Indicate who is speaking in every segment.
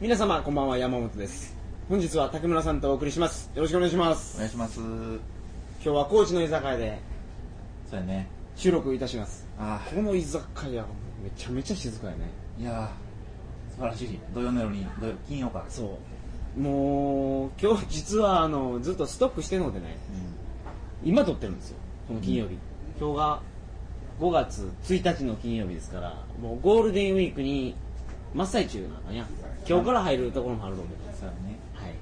Speaker 1: 皆様こんばんは山本です本日は竹村さんとお送りしますよろしくお願いしま
Speaker 2: お
Speaker 1: す
Speaker 2: 願いします
Speaker 1: 今日は高知の居酒屋で
Speaker 2: そうやね
Speaker 1: 収録いたします
Speaker 2: あ
Speaker 1: ここの居酒屋めちゃめちゃ静かやね
Speaker 2: あいやー素晴らしい土曜の夜に土曜金曜か
Speaker 1: そうもう今日実はあのずっとストックしてるのでね
Speaker 2: う
Speaker 1: 今撮ってるんですよこの金曜日、今日が5月1日の金曜日ですからもうゴールデンウィークに真っ最中なのや今日から入るところもあると思うん
Speaker 2: そうやね
Speaker 1: はい、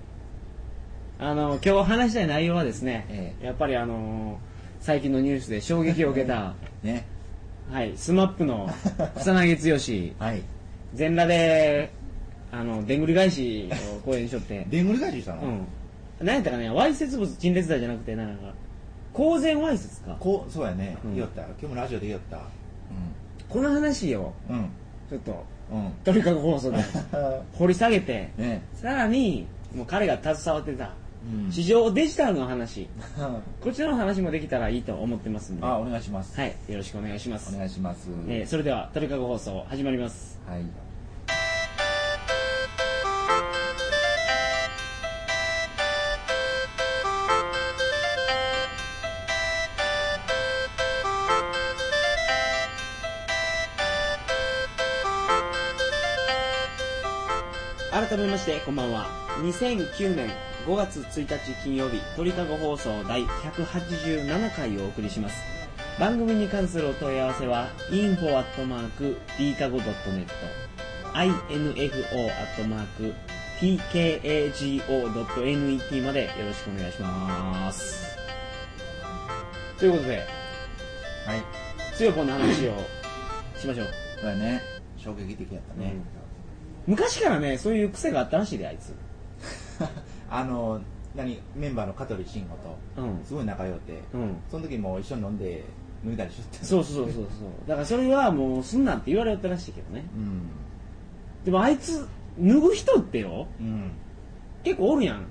Speaker 1: あの今日話したい内容はですね、
Speaker 2: え
Speaker 1: やっぱりあの最近のニュースで衝撃を受け た、
Speaker 2: ね
Speaker 1: はい、スマップの草薙剛
Speaker 2: はい
Speaker 1: 全裸であのでんぐり返しを公演しとって、
Speaker 2: でんぐり返ししたの、
Speaker 1: うん、何やったかねわいせつ物陳列罪じゃなくてなんか公然わいせつかこ
Speaker 2: こうそうやね、
Speaker 1: うん
Speaker 2: 言いよった今日もラジオで言いよった
Speaker 1: この話を
Speaker 2: うんうん
Speaker 1: ちょっと
Speaker 2: うん
Speaker 1: とにかく放送で 掘り下げて
Speaker 2: ね
Speaker 1: さらにもう彼が携わってた
Speaker 2: うん
Speaker 1: 市場デジタルの話、
Speaker 2: あ
Speaker 1: こちらの話もできたらいいと思ってますんで、は
Speaker 2: お願いします、
Speaker 1: い、よろしくお願いします
Speaker 2: お。願いします、
Speaker 1: えーそれでは、トリカゴ放送始まります。
Speaker 2: はい
Speaker 1: 改めまして、こんばんは。2009年5月1日金曜日、トリカゴ放送第187回をお送りします。番組に関するお問い合わせは、info.dkago.net、info.tkago.net までよろしくお願いします。ということで、
Speaker 2: はい
Speaker 1: つよぽんの話をしましょう。
Speaker 2: そうやね衝撃的やったね、
Speaker 1: 昔からねそういう癖があったらしいであいつ
Speaker 2: あの何メンバーの香取慎吾と
Speaker 1: うん
Speaker 2: すごい仲良うて、
Speaker 1: うん
Speaker 2: その時も一緒に飲んで脱いだりしとった
Speaker 1: そうそうそうそうだからそれはもうすんなって言われよったらしいけどね
Speaker 2: うん
Speaker 1: でもあいつ脱ぐ人ってよ
Speaker 2: うん
Speaker 1: 結構おるやん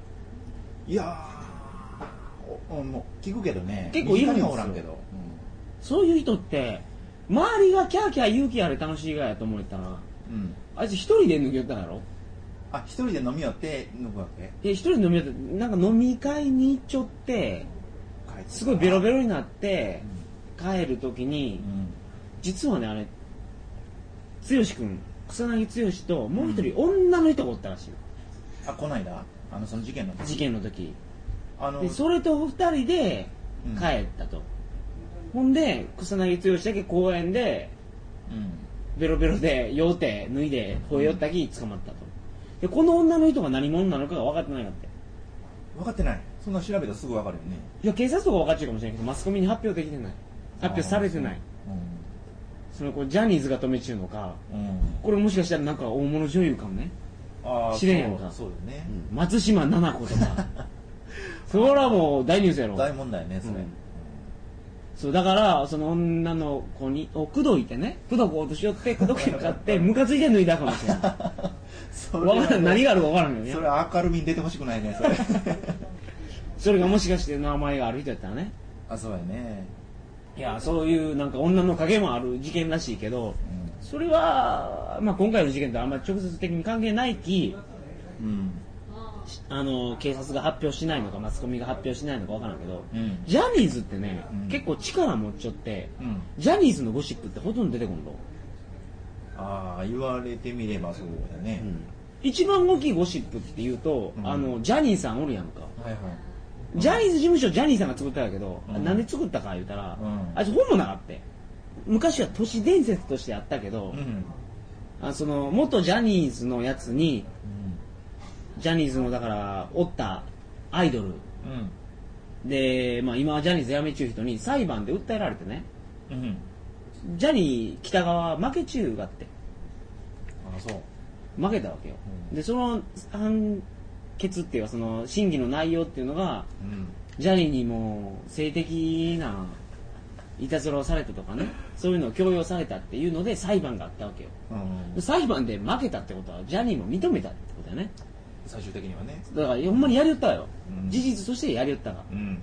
Speaker 2: いやーおおもう聞くけどね
Speaker 1: 結構いるんですよ
Speaker 2: 身近にはおらんけど、
Speaker 1: そういう人って周りがキャーキャー勇気あれ楽しいがやと思えたら
Speaker 2: うんうん
Speaker 1: あいつ一人で脱ぎよったんやろ
Speaker 2: あ一人で飲み寄って脱ぐわけ
Speaker 1: で一人で飲みよってなんか飲み会に行っちょって
Speaker 2: 帰って
Speaker 1: すごいベロベロになっ
Speaker 2: う
Speaker 1: て
Speaker 2: ん
Speaker 1: 帰る時に
Speaker 2: うん
Speaker 1: 実はねあれ剛君草薙剛ともう一人女の人がおったらしいよ
Speaker 2: あこないだあのその事件の
Speaker 1: 事件の時
Speaker 2: あの
Speaker 1: でそれと二人で帰ったと、ほんで草薙剛だけ公園で
Speaker 2: うん
Speaker 1: ベロベロで酔うて脱いで吠えよったき捕まったとでこの女の人が何者なのかが分かってないなって
Speaker 2: 分かってないそんな調べたらすぐ分かるよね
Speaker 1: いや警察とか分かっちゃうかもしれないけどマスコミに発表できてない発表されてないそのこうジャニーズが止めちゅうのか
Speaker 2: うん、うん、
Speaker 1: これもしかしたらなんか大物女優かもね、
Speaker 2: あー
Speaker 1: 知れんやんか
Speaker 2: そうそうよね、
Speaker 1: 松島菜々子とかそれはもう大ニュースやろ
Speaker 2: 大問題ねそれ、
Speaker 1: うんそうだからその女の子にを口説いてね口説こうとしよって口説けんか ってムカついて脱いだかもしれない
Speaker 2: そ
Speaker 1: わからん何があるか分からんけ
Speaker 2: そ
Speaker 1: ど
Speaker 2: れ
Speaker 1: ね
Speaker 2: は明るみに出てほしくないねそれ
Speaker 1: それがもしかして名前がある人やったらね
Speaker 2: あそうやね
Speaker 1: いやそういうなんか女の影もある事件らしいけど
Speaker 2: うん
Speaker 1: それは、まあ、今回の事件とあんまり直接的に関係ないき
Speaker 2: うん
Speaker 1: あの警察が発表しないのかマスコミが発表しないのか分からんけど、
Speaker 2: うん
Speaker 1: ジャニーズってね、
Speaker 2: うん
Speaker 1: 結構力持っちゃって
Speaker 2: うん
Speaker 1: ジャニーズのゴシップってほとんど出てこんの、
Speaker 2: ああ言われてみればそうだね、
Speaker 1: 一番大きいゴシップっていうと、
Speaker 2: うん
Speaker 1: あのジャニーさんおるやんか
Speaker 2: はいはい
Speaker 1: ジャニーズ事務所ジャニーさんが作ったんやけど、
Speaker 2: うん
Speaker 1: なんで作ったか言うたら、
Speaker 2: うん
Speaker 1: あいつ本もなかった昔は都市伝説としてあったけど、
Speaker 2: うん
Speaker 1: あその元ジャニーズのやつに
Speaker 2: う
Speaker 1: ジャニーズのだからおったアイドル
Speaker 2: ん
Speaker 1: で、まあ、今はジャニーズ辞めちゅう人に裁判で訴えられてね
Speaker 2: うんうん
Speaker 1: ジャニー北川負けちゅうがって
Speaker 2: ああそう
Speaker 1: 負けたわけよ、
Speaker 2: うん
Speaker 1: でその判決っていうかその審議の内容っていうのが
Speaker 2: うん
Speaker 1: ジャニーにも性的ないたずらをされたとかねそういうのを強要されたっていうので裁判があったわけよ
Speaker 2: うん
Speaker 1: 裁判で負けたってことはジャニーも認めたってことだね
Speaker 2: 最終的にはね
Speaker 1: だからほんまにやりよったわよ、
Speaker 2: うん
Speaker 1: 事実としてやりよったが
Speaker 2: うん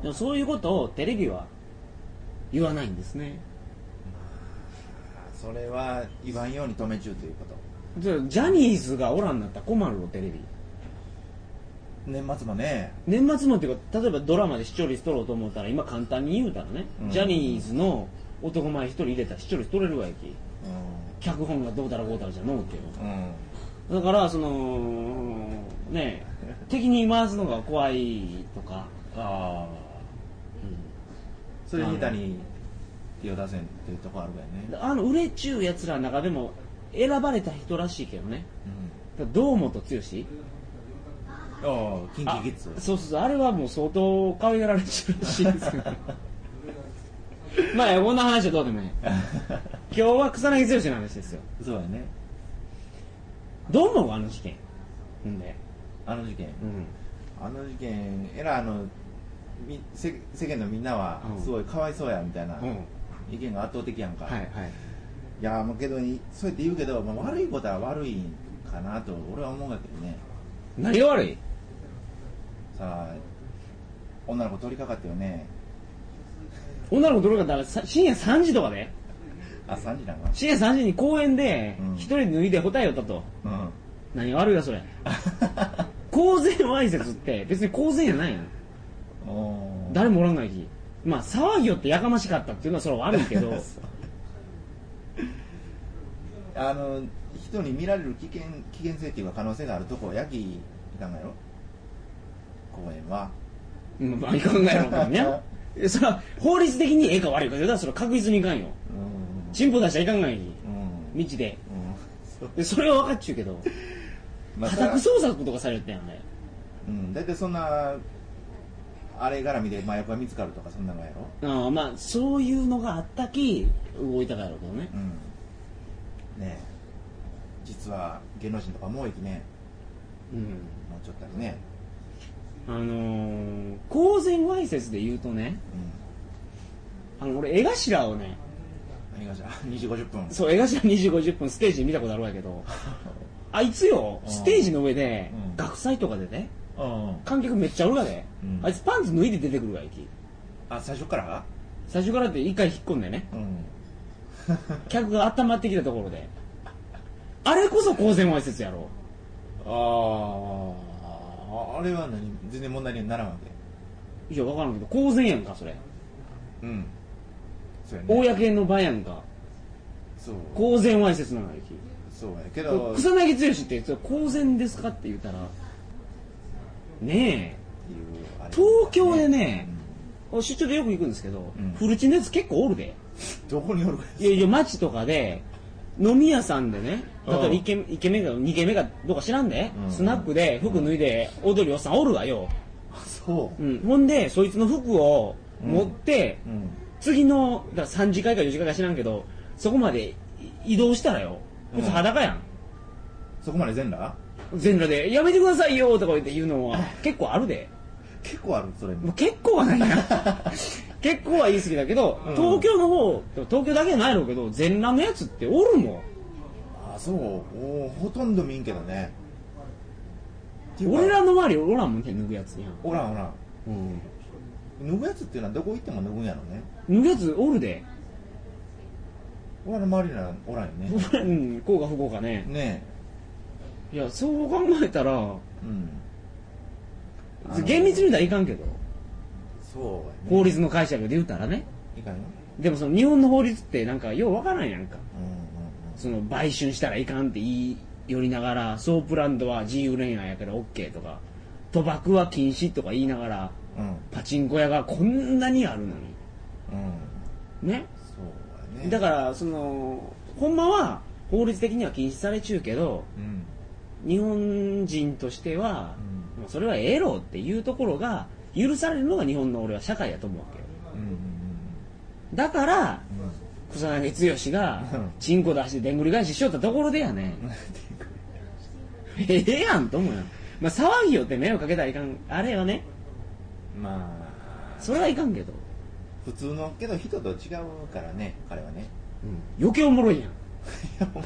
Speaker 1: でもそういうことをテレビは言わないんですね
Speaker 2: それは言わんように止めちゅうということ
Speaker 1: ジャニーズがおらんなったら困るよテレビ
Speaker 2: 年末もね
Speaker 1: 年末もっていうか例えばドラマで視聴率取ろうと思ったら今簡単に言うたらね、
Speaker 2: うん
Speaker 1: ジャニーズの男前一人入れたら視聴率取れるわやき脚本がどうたらこうたらじゃのうけど
Speaker 2: うん、うん、
Speaker 1: だからそのね敵に回すのが怖いとか、
Speaker 2: ああそれにたに手を出せんっていうとこあるわよ
Speaker 1: うん
Speaker 2: ね
Speaker 1: あの売れちゅうやつらの中でも選ばれた人らしいけどねだから堂本剛
Speaker 2: うんああキンキキッズ
Speaker 1: あそうそうそうあれはもう相当可愛がられてるらしいですよ まあこんな話はどうでもいい今日は草薙剛の話ですよ
Speaker 2: そうやね
Speaker 1: どう思うあの事件ほんで
Speaker 2: あの事件
Speaker 1: うん
Speaker 2: あの事件えらいあのみ世世間のみんなは
Speaker 1: うん
Speaker 2: すごいかわいそうやみたいな、
Speaker 1: うん
Speaker 2: 意見が圧倒的やんか、
Speaker 1: はいはい
Speaker 2: い、やもうけどいそうやって言うけど、まあ、悪いことは悪いんかなと俺は思うんだけどね
Speaker 1: 何が悪い
Speaker 2: さあ女の子取りかかったよね
Speaker 1: 女の子どれかだらさ深夜3時とかで
Speaker 2: あ3時なんか
Speaker 1: 深夜3時に公園で
Speaker 2: うん
Speaker 1: 一人で脱いで答えよったと、
Speaker 2: うん
Speaker 1: 何が悪いやそれ公然わいせつって別に公然やないやん
Speaker 2: おー
Speaker 1: 誰もおらんないきまあ騒ぎよってやかましかったっていうのはそれは悪いけ ど
Speaker 2: あの人に見られる危険危険性っていうか可能性があるとこやきいかんがやろ公園は
Speaker 1: うんまあいかんがやろうからねえそれは法律的にええか悪いか言うたらそれは確実にいかんよ
Speaker 2: うん
Speaker 1: チンポ出したらいかんがいき
Speaker 2: うん
Speaker 1: 道で
Speaker 2: うんそう
Speaker 1: でそれは分かっちゅうけど
Speaker 2: まあ
Speaker 1: 家
Speaker 2: それは
Speaker 1: 宅捜索とかされるってやんね
Speaker 2: うん大体そんなあれ絡みで麻薬が見つかるとかそんなのやろ
Speaker 1: ああまあそういうのがあったき動いたかやろうけどね
Speaker 2: うんねえ実は芸能人とかもういきね
Speaker 1: うん
Speaker 2: もうちょっとやりね
Speaker 1: あのー、公然わいせつで言うとね
Speaker 2: うん
Speaker 1: あの俺江頭をね
Speaker 2: 何がじゃあ2時50分
Speaker 1: そう江頭2時50分ステージ見たことあるわけ どあいつよ
Speaker 2: うん
Speaker 1: ステージの上で、
Speaker 2: うん
Speaker 1: 学祭とかでね
Speaker 2: うん
Speaker 1: 観客めっちゃおるわで、
Speaker 2: うん
Speaker 1: あいつパンツ脱いで出てくるわいき
Speaker 2: あ最初から
Speaker 1: 最初からって一回引っ込んでね
Speaker 2: うん
Speaker 1: 客が温まってきたところであれこそ公然わいせつやろ
Speaker 2: あああれは何全然問題にならんわ
Speaker 1: いや分からんけど公然やんかそれ、
Speaker 2: けうんそうやね
Speaker 1: 公の場やんか
Speaker 2: そう
Speaker 1: 公然わいせつなのよき
Speaker 2: そうやけど
Speaker 1: 草薙剛ってそれ公然ですかって言ったらね
Speaker 2: っていうあれ
Speaker 1: 東京でねえ出張でよく行くんですけど、
Speaker 2: うん
Speaker 1: フルチンのやつ結構おるで
Speaker 2: うんどこにおるか
Speaker 1: いやいや街とかで飲み屋さんでね
Speaker 2: うん
Speaker 1: 例えばイケイケメンか2軒目かどうか知らんで、
Speaker 2: うん
Speaker 1: スナックで服脱いで踊るおっさんおるわよ、
Speaker 2: そ
Speaker 1: うん、ほんでそいつの服を持って、
Speaker 2: ううん
Speaker 1: 次のだから3次会か4次会か知らんけどそこまで移動したらよこいつ裸やん
Speaker 2: そこまで全裸
Speaker 1: 全裸で「やめてくださいよ」とか言って言うのは結構あるで
Speaker 2: 結構あるそれ
Speaker 1: もう
Speaker 2: も
Speaker 1: 結構はない な結構は言い過ぎだけど、
Speaker 2: うん
Speaker 1: 東京の方東京だけじゃないろうけど全裸のやつっておるもん
Speaker 2: あそうおーほとんど見んけどねっていうか
Speaker 1: 俺らの周りおらんもんね脱ぐやつやん、
Speaker 2: おらんおらん
Speaker 1: うん、
Speaker 2: 脱ぐやつっていうのはどこ行っても脱ぐんやろね
Speaker 1: 脱ぐやつおるで、
Speaker 2: 俺の周りならおらんよね
Speaker 1: うん、こうか不幸かね
Speaker 2: ね
Speaker 1: いやそう考えたら
Speaker 2: えうんあの
Speaker 1: 厳密に言うたらいかんけど
Speaker 2: そうや
Speaker 1: 法
Speaker 2: ね
Speaker 1: 律の解釈で言うたらね
Speaker 2: いかんよ
Speaker 1: でもその日本の法律ってなんかようわからんやんか
Speaker 2: うんうんうん
Speaker 1: その売春したらいかんって言い寄りながらソープランドは自由恋愛やから OK とか賭博は禁止とか言いながら
Speaker 2: うん
Speaker 1: パチンコ屋がこんなにあるのに
Speaker 2: うん
Speaker 1: ね
Speaker 2: そうやね
Speaker 1: だからそのほんまは法律的には禁止されちゅうけど
Speaker 2: うん
Speaker 1: 日本人としては
Speaker 2: う
Speaker 1: もうそれはエロっていうところが許されるのが日本の俺は社会やと思うわけよ
Speaker 2: うん
Speaker 1: だから
Speaker 2: うんうん
Speaker 1: 草薙剛が
Speaker 2: うん
Speaker 1: チンコ出してでんぐり返ししよったところでやね ええやんと思うよ、まあ、騒ぎよって迷惑かけたらいかんあれはね
Speaker 2: うんまあ
Speaker 1: それはいかんけど、
Speaker 2: 普通のけど人と違うからね彼はね
Speaker 1: 余計おもろ いやん
Speaker 2: いやもう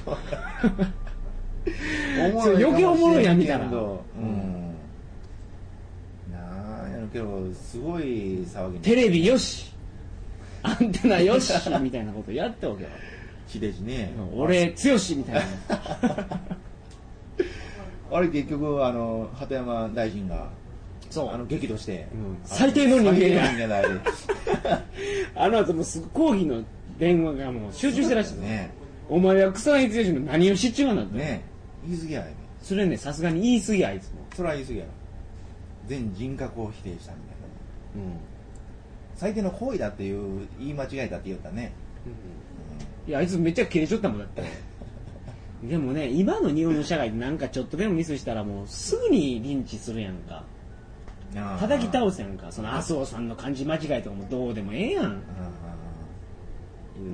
Speaker 1: それ余計おもろいやん
Speaker 2: かもしれんけど
Speaker 1: 見たら
Speaker 2: うんなあやるけどすごい騒ぎ
Speaker 1: テレビよしアンテナよしみたいなことやっておけよ
Speaker 2: ひでじね
Speaker 1: 俺剛みたいな
Speaker 2: あれ結局あの鳩山大臣が
Speaker 1: そう
Speaker 2: あの激怒して、
Speaker 1: うん最低の人間や
Speaker 2: 最低の人間だあれ
Speaker 1: あの後もうすぐ抗議の電話がもう集中してらっしゃる、
Speaker 2: ね
Speaker 1: お前は草薙剛の何を知っちゅうがなんだ、
Speaker 2: ね言い過ぎやね
Speaker 1: それねさすがに言い過ぎやあいつも、
Speaker 2: それは言い過ぎやろ全人格を否定したみたいな最低の行為だっていう言い間違えたって言ったね、
Speaker 1: いやあいつめっちゃ切れちょったもんだってでもね今の日本の社会でなんかちょっとでもミスしたらもうすぐにリンチするやんか
Speaker 2: うんあー
Speaker 1: 叩き倒
Speaker 2: うん
Speaker 1: すやんかその麻生さんの漢字間違いとかもどうでもええやん
Speaker 2: うんうん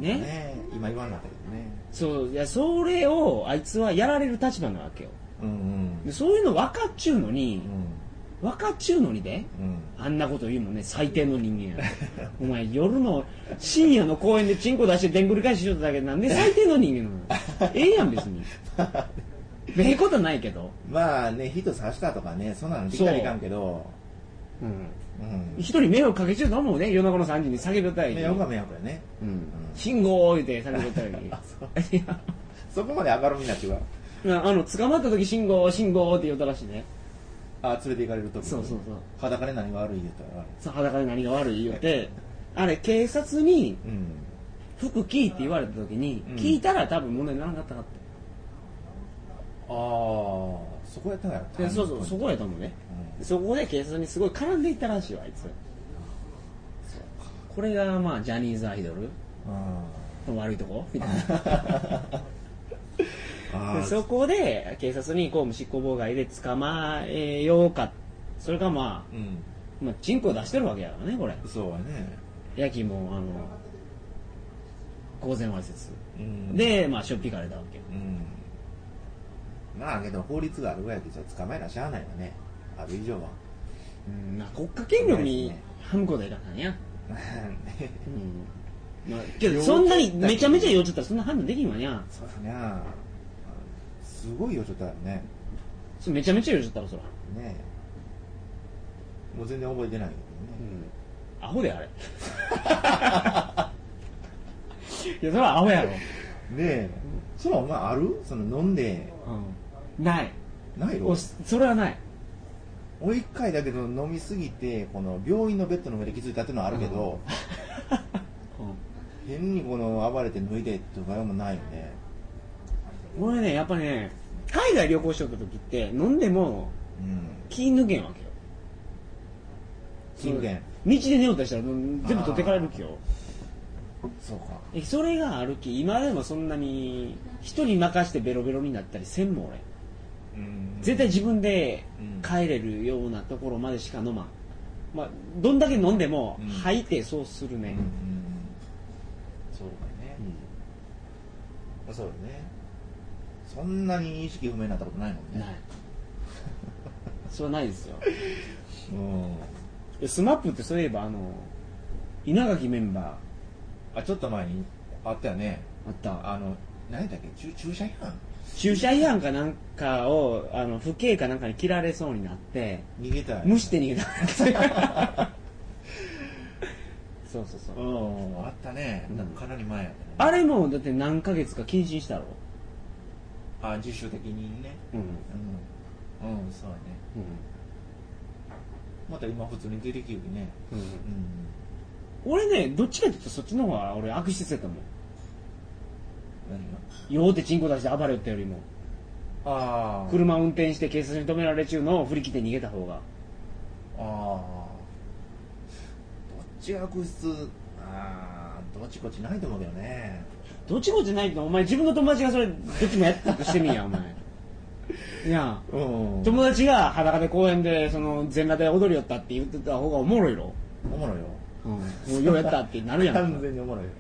Speaker 2: 言うとね今言わんかったけどね
Speaker 1: そういやそれをあいつはやられる立場なわけよ
Speaker 2: うん
Speaker 1: でそういうの分かっちゅうのに
Speaker 2: うんうん
Speaker 1: 分かっちゅうのにで
Speaker 2: うん
Speaker 1: あんなこと言うもんね最低の人間や お前夜の深夜の公園でチンコ出してでんぐり返ししよっただけでなんで最低の人 間なのええやん別にええことはないけど、
Speaker 2: まあね人刺したとかねそんなのできたらいかんけど
Speaker 1: うん、
Speaker 2: うん
Speaker 1: 一人迷惑かけちゃうと思うね夜中の3時に叫びよったらいい
Speaker 2: 迷惑は迷惑やね
Speaker 1: うん、信号を言うて叫びよったらい
Speaker 2: あそう
Speaker 1: いいや
Speaker 2: そこまで明るみになっては
Speaker 1: あの捕まった時信号信号って言ったらしいね
Speaker 2: あ連れて行かれると
Speaker 1: そうそうそう
Speaker 2: 裸で何が悪い言ったら
Speaker 1: さ裸で何が悪い言うてあれ警察に
Speaker 2: うん
Speaker 1: 服聞いって言われた時に、
Speaker 2: うん
Speaker 1: 聞いたら多分問題にならなかったかって
Speaker 2: ああそこやったんや
Speaker 1: でそうそうそこやと思うね、
Speaker 2: う
Speaker 1: そこで警察にすごい絡んでいったらしいわあいつこれがまあジャニーズアイドル
Speaker 2: あ
Speaker 1: の悪いとこみたいな
Speaker 2: あ
Speaker 1: でそこで警察に公務執行妨害で捕まえようかそれかま
Speaker 2: うん
Speaker 1: あ、まあ、チンコ出してるわけやからねこれ
Speaker 2: そうやね
Speaker 1: やきもあの公然わいせつ
Speaker 2: うん
Speaker 1: でまあしょっぴかれたわけよ
Speaker 2: うんまあけど法律があるぐらいでじゃあ捕まえなしゃあないわねある以上は
Speaker 1: うんまあ国家権力にハムコでいかなんやうんまあ、けどそんなにめちゃめちゃ酔っちゃったらそんな判断できんわにゃ
Speaker 2: そうやなすごいよちょっとあるね
Speaker 1: それめちゃめちゃ酔っちゃったらそら、
Speaker 2: ねえもう全然覚えてないけ
Speaker 1: う
Speaker 2: どね、
Speaker 1: ん、アホであれ いやそれはアホやろ、
Speaker 2: でそのお前あるその飲んで
Speaker 1: うん、ない
Speaker 2: ないろ
Speaker 1: おそれはない
Speaker 2: 俺一回だけど飲みすぎてこの病院のベッドの上で気づいたっていうのはあるけど、変にこの暴れて脱いでとかもないよね
Speaker 1: これねやっぱね海外旅行しとった時って飲んでも
Speaker 2: うん
Speaker 1: 気抜けんわけよ
Speaker 2: 気抜けん
Speaker 1: 道で寝よったりしたらうん全部取ってかれる気よ
Speaker 2: そうか
Speaker 1: えそれがあるき今でもそんなに人に任してベロベロになったりせんもん俺
Speaker 2: うん
Speaker 1: 絶対自分で
Speaker 2: うん
Speaker 1: 帰れるようなところまでしか飲まん、まあ、どんだけ飲んでも
Speaker 2: うん
Speaker 1: 吐いてそうする
Speaker 2: うん
Speaker 1: ね
Speaker 2: うん、そうかね、そうだねそんなに意識不明になったことないもん
Speaker 1: うん
Speaker 2: ね
Speaker 1: ないそれはないですよ
Speaker 2: うん
Speaker 1: スマップってそういえばあの稲垣メンバ
Speaker 2: あちょっと前にあったよね
Speaker 1: ーあった
Speaker 2: あの何だっけ駐駐車違反
Speaker 1: 駐車違反かなんかをあの不敬かなんかに切られそうになって
Speaker 2: 逃げたい
Speaker 1: 無視で逃げたそうそうそう
Speaker 2: うんあったね
Speaker 1: うん
Speaker 2: かなり前やったね
Speaker 1: あれもだって何ヶ月か謹慎したろ
Speaker 2: あ自主的にね
Speaker 1: うん、
Speaker 2: うんうんそうやねまた今普通に出てきよりね
Speaker 1: うんうん
Speaker 2: うん
Speaker 1: 俺ねどっちかっていうとそっちの方が俺悪質やったもん
Speaker 2: 何が
Speaker 1: 酔うてチンコ出して暴れよったよりも
Speaker 2: ああ
Speaker 1: 車運転して警察に止められちゅうのを振り切って逃げた方が
Speaker 2: ああどっちが悪質ああどっちこっちないと思うけどね
Speaker 1: どっちもじゃないけどお前自分の友達がそれどっちもやったとしてみんやお 前いや
Speaker 2: うん
Speaker 1: 友達が裸で公園でその全裸で踊りよったって言ってた方がおもろいろ、
Speaker 2: おもろいよ
Speaker 1: うん、もうようやったってなるやん
Speaker 2: 完全におもろいよ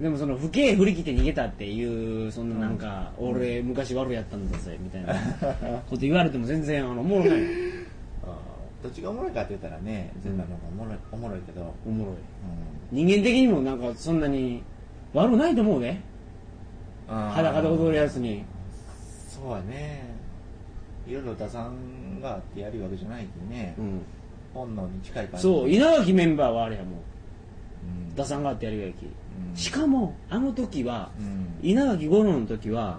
Speaker 1: でもその不敬振り切って逃げたっていうそんななんか、俺昔悪やったんだぜみたいなこと言われても全然あのおもろないよ
Speaker 2: あーどっちがおもろいかって言ったらね全裸の方がおもろいおもろいけど
Speaker 1: おもろい
Speaker 2: うん
Speaker 1: 人間的にもなんかそんなに悪ないと思うね裸で踊るやつに
Speaker 2: そうやねいろいろ打算があってやるわけじゃないけどね、
Speaker 1: うん
Speaker 2: 本能に近い感じ
Speaker 1: そう
Speaker 2: い
Speaker 1: 稲垣メンバーはあれやもん
Speaker 2: うん
Speaker 1: 打算があってやるやき
Speaker 2: うん
Speaker 1: しかもあの時は
Speaker 2: うん
Speaker 1: 稲垣吾郎の時は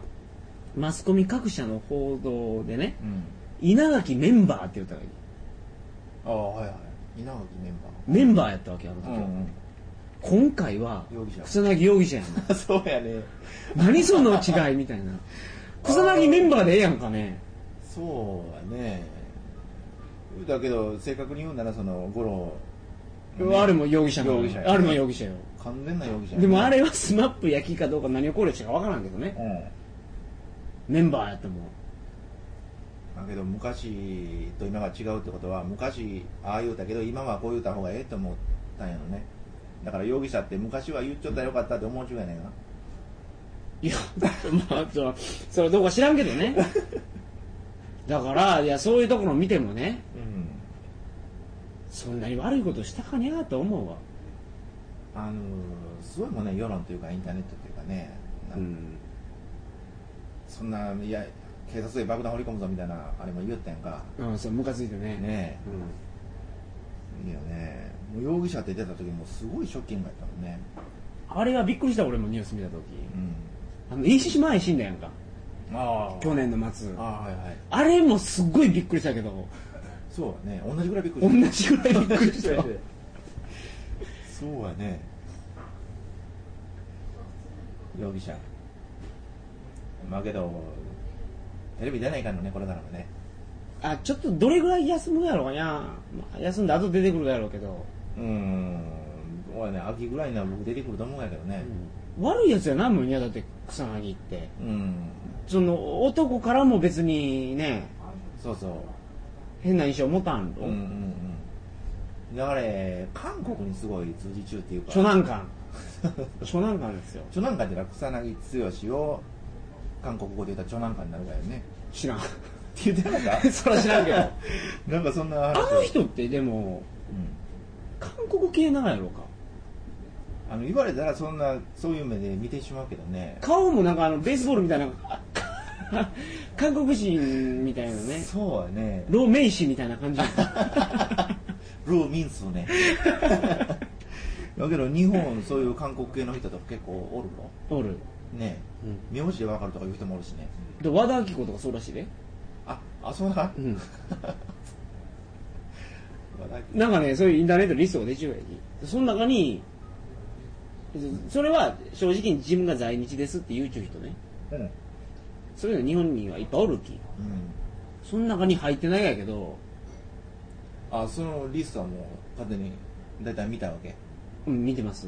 Speaker 1: マスコミ各社の報道でね
Speaker 2: うん
Speaker 1: 稲垣メンバーって言ったらいい
Speaker 2: ああはいはい稲垣メンバー
Speaker 1: メンバーやったわけあの時、
Speaker 2: うん
Speaker 1: 今回は
Speaker 2: 容疑者
Speaker 1: 草薙容疑者や ん
Speaker 2: うん そうやね
Speaker 1: 何その違いみたいな草薙メンバーでええやんかね
Speaker 2: そうやねだけど正確に言うならその五郎
Speaker 1: あれも容疑者の
Speaker 2: 容疑者やね
Speaker 1: あれも容疑者よ
Speaker 2: 完全な容疑者やね
Speaker 1: でもあれはスマップ焼きかどうか何を考慮したか分からんけどね
Speaker 2: うん
Speaker 1: メンバーやったもん
Speaker 2: だけど昔と今が違うってことは昔ああ言うたけど今はこう言うた方がええと思ったんやろねだから容疑者って昔は言っちゃったらよかったって思うちゅうやねんない
Speaker 1: や、 まあ、そうそれどうか知らんけどね。だから、いや、そういうところ見てもね、
Speaker 2: うん
Speaker 1: そんなに悪いことしたかねえと思うわ。
Speaker 2: あのーすごいもんね世論というかインターネットというかねなんか
Speaker 1: ん。
Speaker 2: そんないや警察で爆弾放り込むぞみたいなあれも言いよったやんか
Speaker 1: うん、そう、ムカついてね。
Speaker 2: ね
Speaker 1: う
Speaker 2: えいいよねもう容疑者って出た時もすごいショッキングやったもんね
Speaker 1: ん。あれはびっくりした、俺もニュース見たとき。
Speaker 2: うん
Speaker 1: あの、石島愛死んだやんか。
Speaker 2: あ
Speaker 1: 去年の末。
Speaker 2: あ
Speaker 1: あ
Speaker 2: あはいはい
Speaker 1: れもすっごいびっくりしたけど、
Speaker 2: そうやね同じぐらいびっくり
Speaker 1: 同
Speaker 2: し
Speaker 1: じぐ
Speaker 2: た
Speaker 1: らいびっくりしたよ。
Speaker 2: そうやね容疑者まあけどテレビ出ないかんのねこれからもね
Speaker 1: あ、ちょっとどれぐらい休むやろうな、まあ、休んだ後出てくるやろうけど、
Speaker 2: うーんおいね秋ぐらいには僕出てくると思うんやけどね
Speaker 1: 悪いやつやな、もんや、だって草薙って。
Speaker 2: うん、
Speaker 1: その男からも別にね
Speaker 2: そうそう
Speaker 1: 変な印象持たんろ、
Speaker 2: うんうんうんだからね韓国にすごい通じ中っていうか
Speaker 1: 初難関初難関ですよ
Speaker 2: 初南韓ってのは草薙剛を韓国語で言ったら長南韓になるからよね
Speaker 1: 知らん
Speaker 2: って言ってなかっ た
Speaker 1: そら知らんけどあ
Speaker 2: なんかそんな話
Speaker 1: の人ってでも
Speaker 2: うん
Speaker 1: 韓国系なんやろうか
Speaker 2: あの言われたらそんなそういう目で見てしまうけどね
Speaker 1: 顔もなんかあのベースボールみたいなあ韓国人みたいなね
Speaker 2: そうやね
Speaker 1: ローメイシみたいな感じ
Speaker 2: ルーミンスねだけど日本そういう韓国系の人とか結構おるの
Speaker 1: おる、
Speaker 2: ね
Speaker 1: うん
Speaker 2: 名字で分かるとかいう人もおるしね
Speaker 1: で和田アキ子とかそうらしいで、
Speaker 2: ああそうなん
Speaker 1: うん、
Speaker 2: 笑い
Speaker 1: なんかねそういうインターネットのリストが出ちゅうやきその中にそれは正直に自分が在日ですって言うちゅう人ね
Speaker 2: うん、うん、
Speaker 1: それが日本にはいっぱいおるきその中に入ってないやけど、
Speaker 2: あそのリストはもう勝手に大体見たわけ
Speaker 1: うん、見てます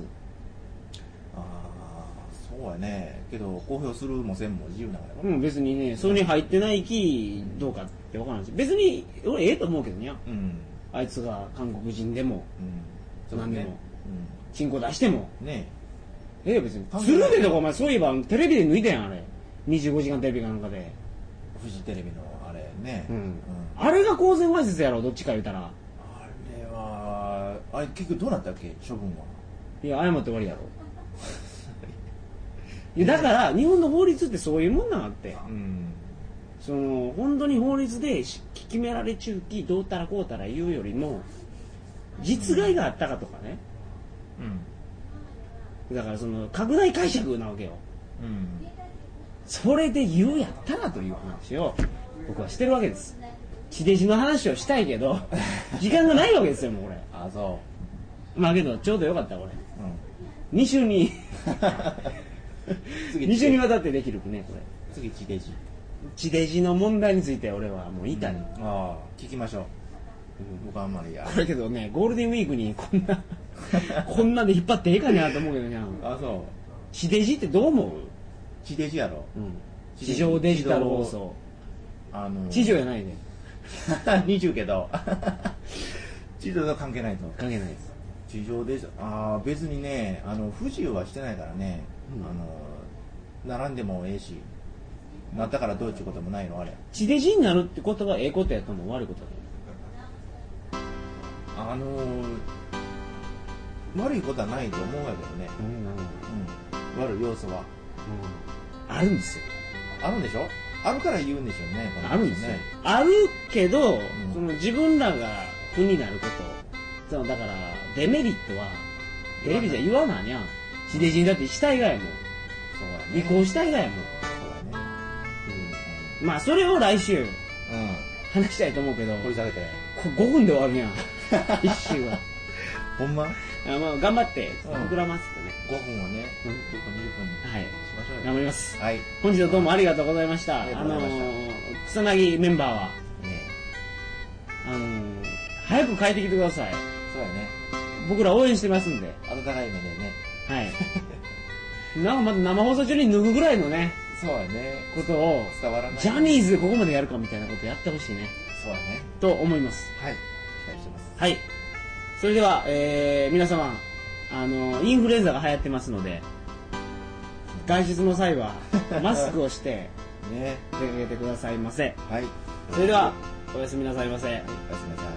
Speaker 2: ああそうやねけど公表するもせんも自由なが
Speaker 1: う
Speaker 2: ら
Speaker 1: ん別にねそれに入ってないきどうかって分からんし別に俺ええと思うけどにゃ
Speaker 2: うんうん
Speaker 1: あいつが韓国人でも
Speaker 2: ちょっと
Speaker 1: 何でも
Speaker 2: う
Speaker 1: チンコ出しても
Speaker 2: んね
Speaker 1: ええよ別に鶴瓶とかお前そういえばテレビで抜いたやんあれ25時間テレビかなんかで、
Speaker 2: フジテレビのあれね、
Speaker 1: うん
Speaker 2: あ
Speaker 1: あれが公然わいせつやろどっちか言うたら
Speaker 2: れはあれ結局どうなったっけ処分はい
Speaker 1: や謝って終わりやろいやだから日本の法律ってそういうもんなんあって
Speaker 2: うん
Speaker 1: その本当に法律でし決められ中期どうたらこうたら言うよりも実害があったかとかね
Speaker 2: うん
Speaker 1: だからその拡大解釈なわけよ
Speaker 2: うん
Speaker 1: それで言うやったらという話を僕はしてるわけです地デジの話をしたいけど時間がないわけですよもうこれ
Speaker 2: あそ
Speaker 1: まあけどちょうどよかったこれ
Speaker 2: う、うん、
Speaker 1: 2週に
Speaker 2: 次
Speaker 1: 2週にわたってできるねこれ
Speaker 2: 次地デジ
Speaker 1: 地デジの問題について俺はもう言いたい、
Speaker 2: うんああ聞きましょう、僕はあんまりや
Speaker 1: これけどね、ゴールデンウィークにこんな、こんなん で引っ張ってええかなと思うけどね。
Speaker 2: あそう
Speaker 1: 地デジってどう思
Speaker 2: 地デジやろ
Speaker 1: う、うん、地上デジタル放送。
Speaker 2: あの
Speaker 1: 地 上じゃないね。
Speaker 2: 20けど 地上とは関係ないと
Speaker 1: 関係ないです。
Speaker 2: 地上デジああ別にねあの不自由はしてないからね、
Speaker 1: うん
Speaker 2: あの並んでもええしなったからどうっちゅうこともないのあれ
Speaker 1: 地デジになるってことはええことやとも悪いことだ
Speaker 2: あの悪いことはないと思うんやけどね、
Speaker 1: と思う。うんうんうん。
Speaker 2: うん、悪い要素は
Speaker 1: あるんですよ。
Speaker 2: あるんでしょあるから言うんでしょうねこの人ね
Speaker 1: あるんですよ。あるけど、
Speaker 2: ん
Speaker 1: その自分らが苦になること、そのだから、デメリットは、テレビじゃ言わなにゃん。地デジにだってしたいがやもん。
Speaker 2: そうやね
Speaker 1: 移行したいがやもん。
Speaker 2: そうやね
Speaker 1: うんまあそれを来週
Speaker 2: う
Speaker 1: 話したいと思うけど
Speaker 2: ん掘り下げて
Speaker 1: こ5分で終わ るやん一周は
Speaker 2: ほんま
Speaker 1: あまあ頑張ってちょっと膨らますってね、
Speaker 2: 5分をね
Speaker 1: うん
Speaker 2: 10分20分に
Speaker 1: はい
Speaker 2: しましょうよ
Speaker 1: 頑張ります
Speaker 2: はいね
Speaker 1: 本日はどうもありがとうございました
Speaker 2: ありが
Speaker 1: あ
Speaker 2: とう
Speaker 1: の
Speaker 2: ございました
Speaker 1: ー草薙メンバーはあのー早く帰ってきてください
Speaker 2: そうやね
Speaker 1: 僕ら応援してますんで
Speaker 2: 温かい目でね
Speaker 1: はいなんかまだ生放送中に脱ぐぐらいのね
Speaker 2: そうやね
Speaker 1: ことを
Speaker 2: 伝わらない
Speaker 1: ジャニーズでここまでやるかみたいなことやってほしいね
Speaker 2: そうやね
Speaker 1: と思います
Speaker 2: はい期待してます
Speaker 1: はい。それでは、えー、皆様、あの、インフルエンザが流行ってますので、外出の際 は、マスクをして
Speaker 2: ね
Speaker 1: 出かけてくださいませ。
Speaker 2: はい
Speaker 1: それでは、おやすみなさいませ。
Speaker 2: おやすみなさい